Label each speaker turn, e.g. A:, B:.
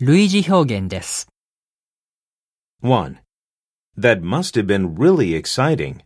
A: 類似表現です。
B: 1. That must have been really exciting.